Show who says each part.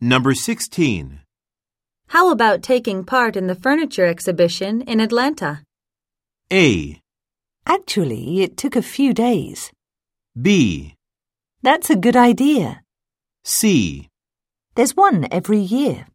Speaker 1: Number 16.
Speaker 2: How about taking part in the furniture exhibition in Atlanta?
Speaker 1: A.
Speaker 3: Actually, it took a few days.
Speaker 1: B.
Speaker 3: That's a good idea.
Speaker 1: C.
Speaker 3: There's one every year.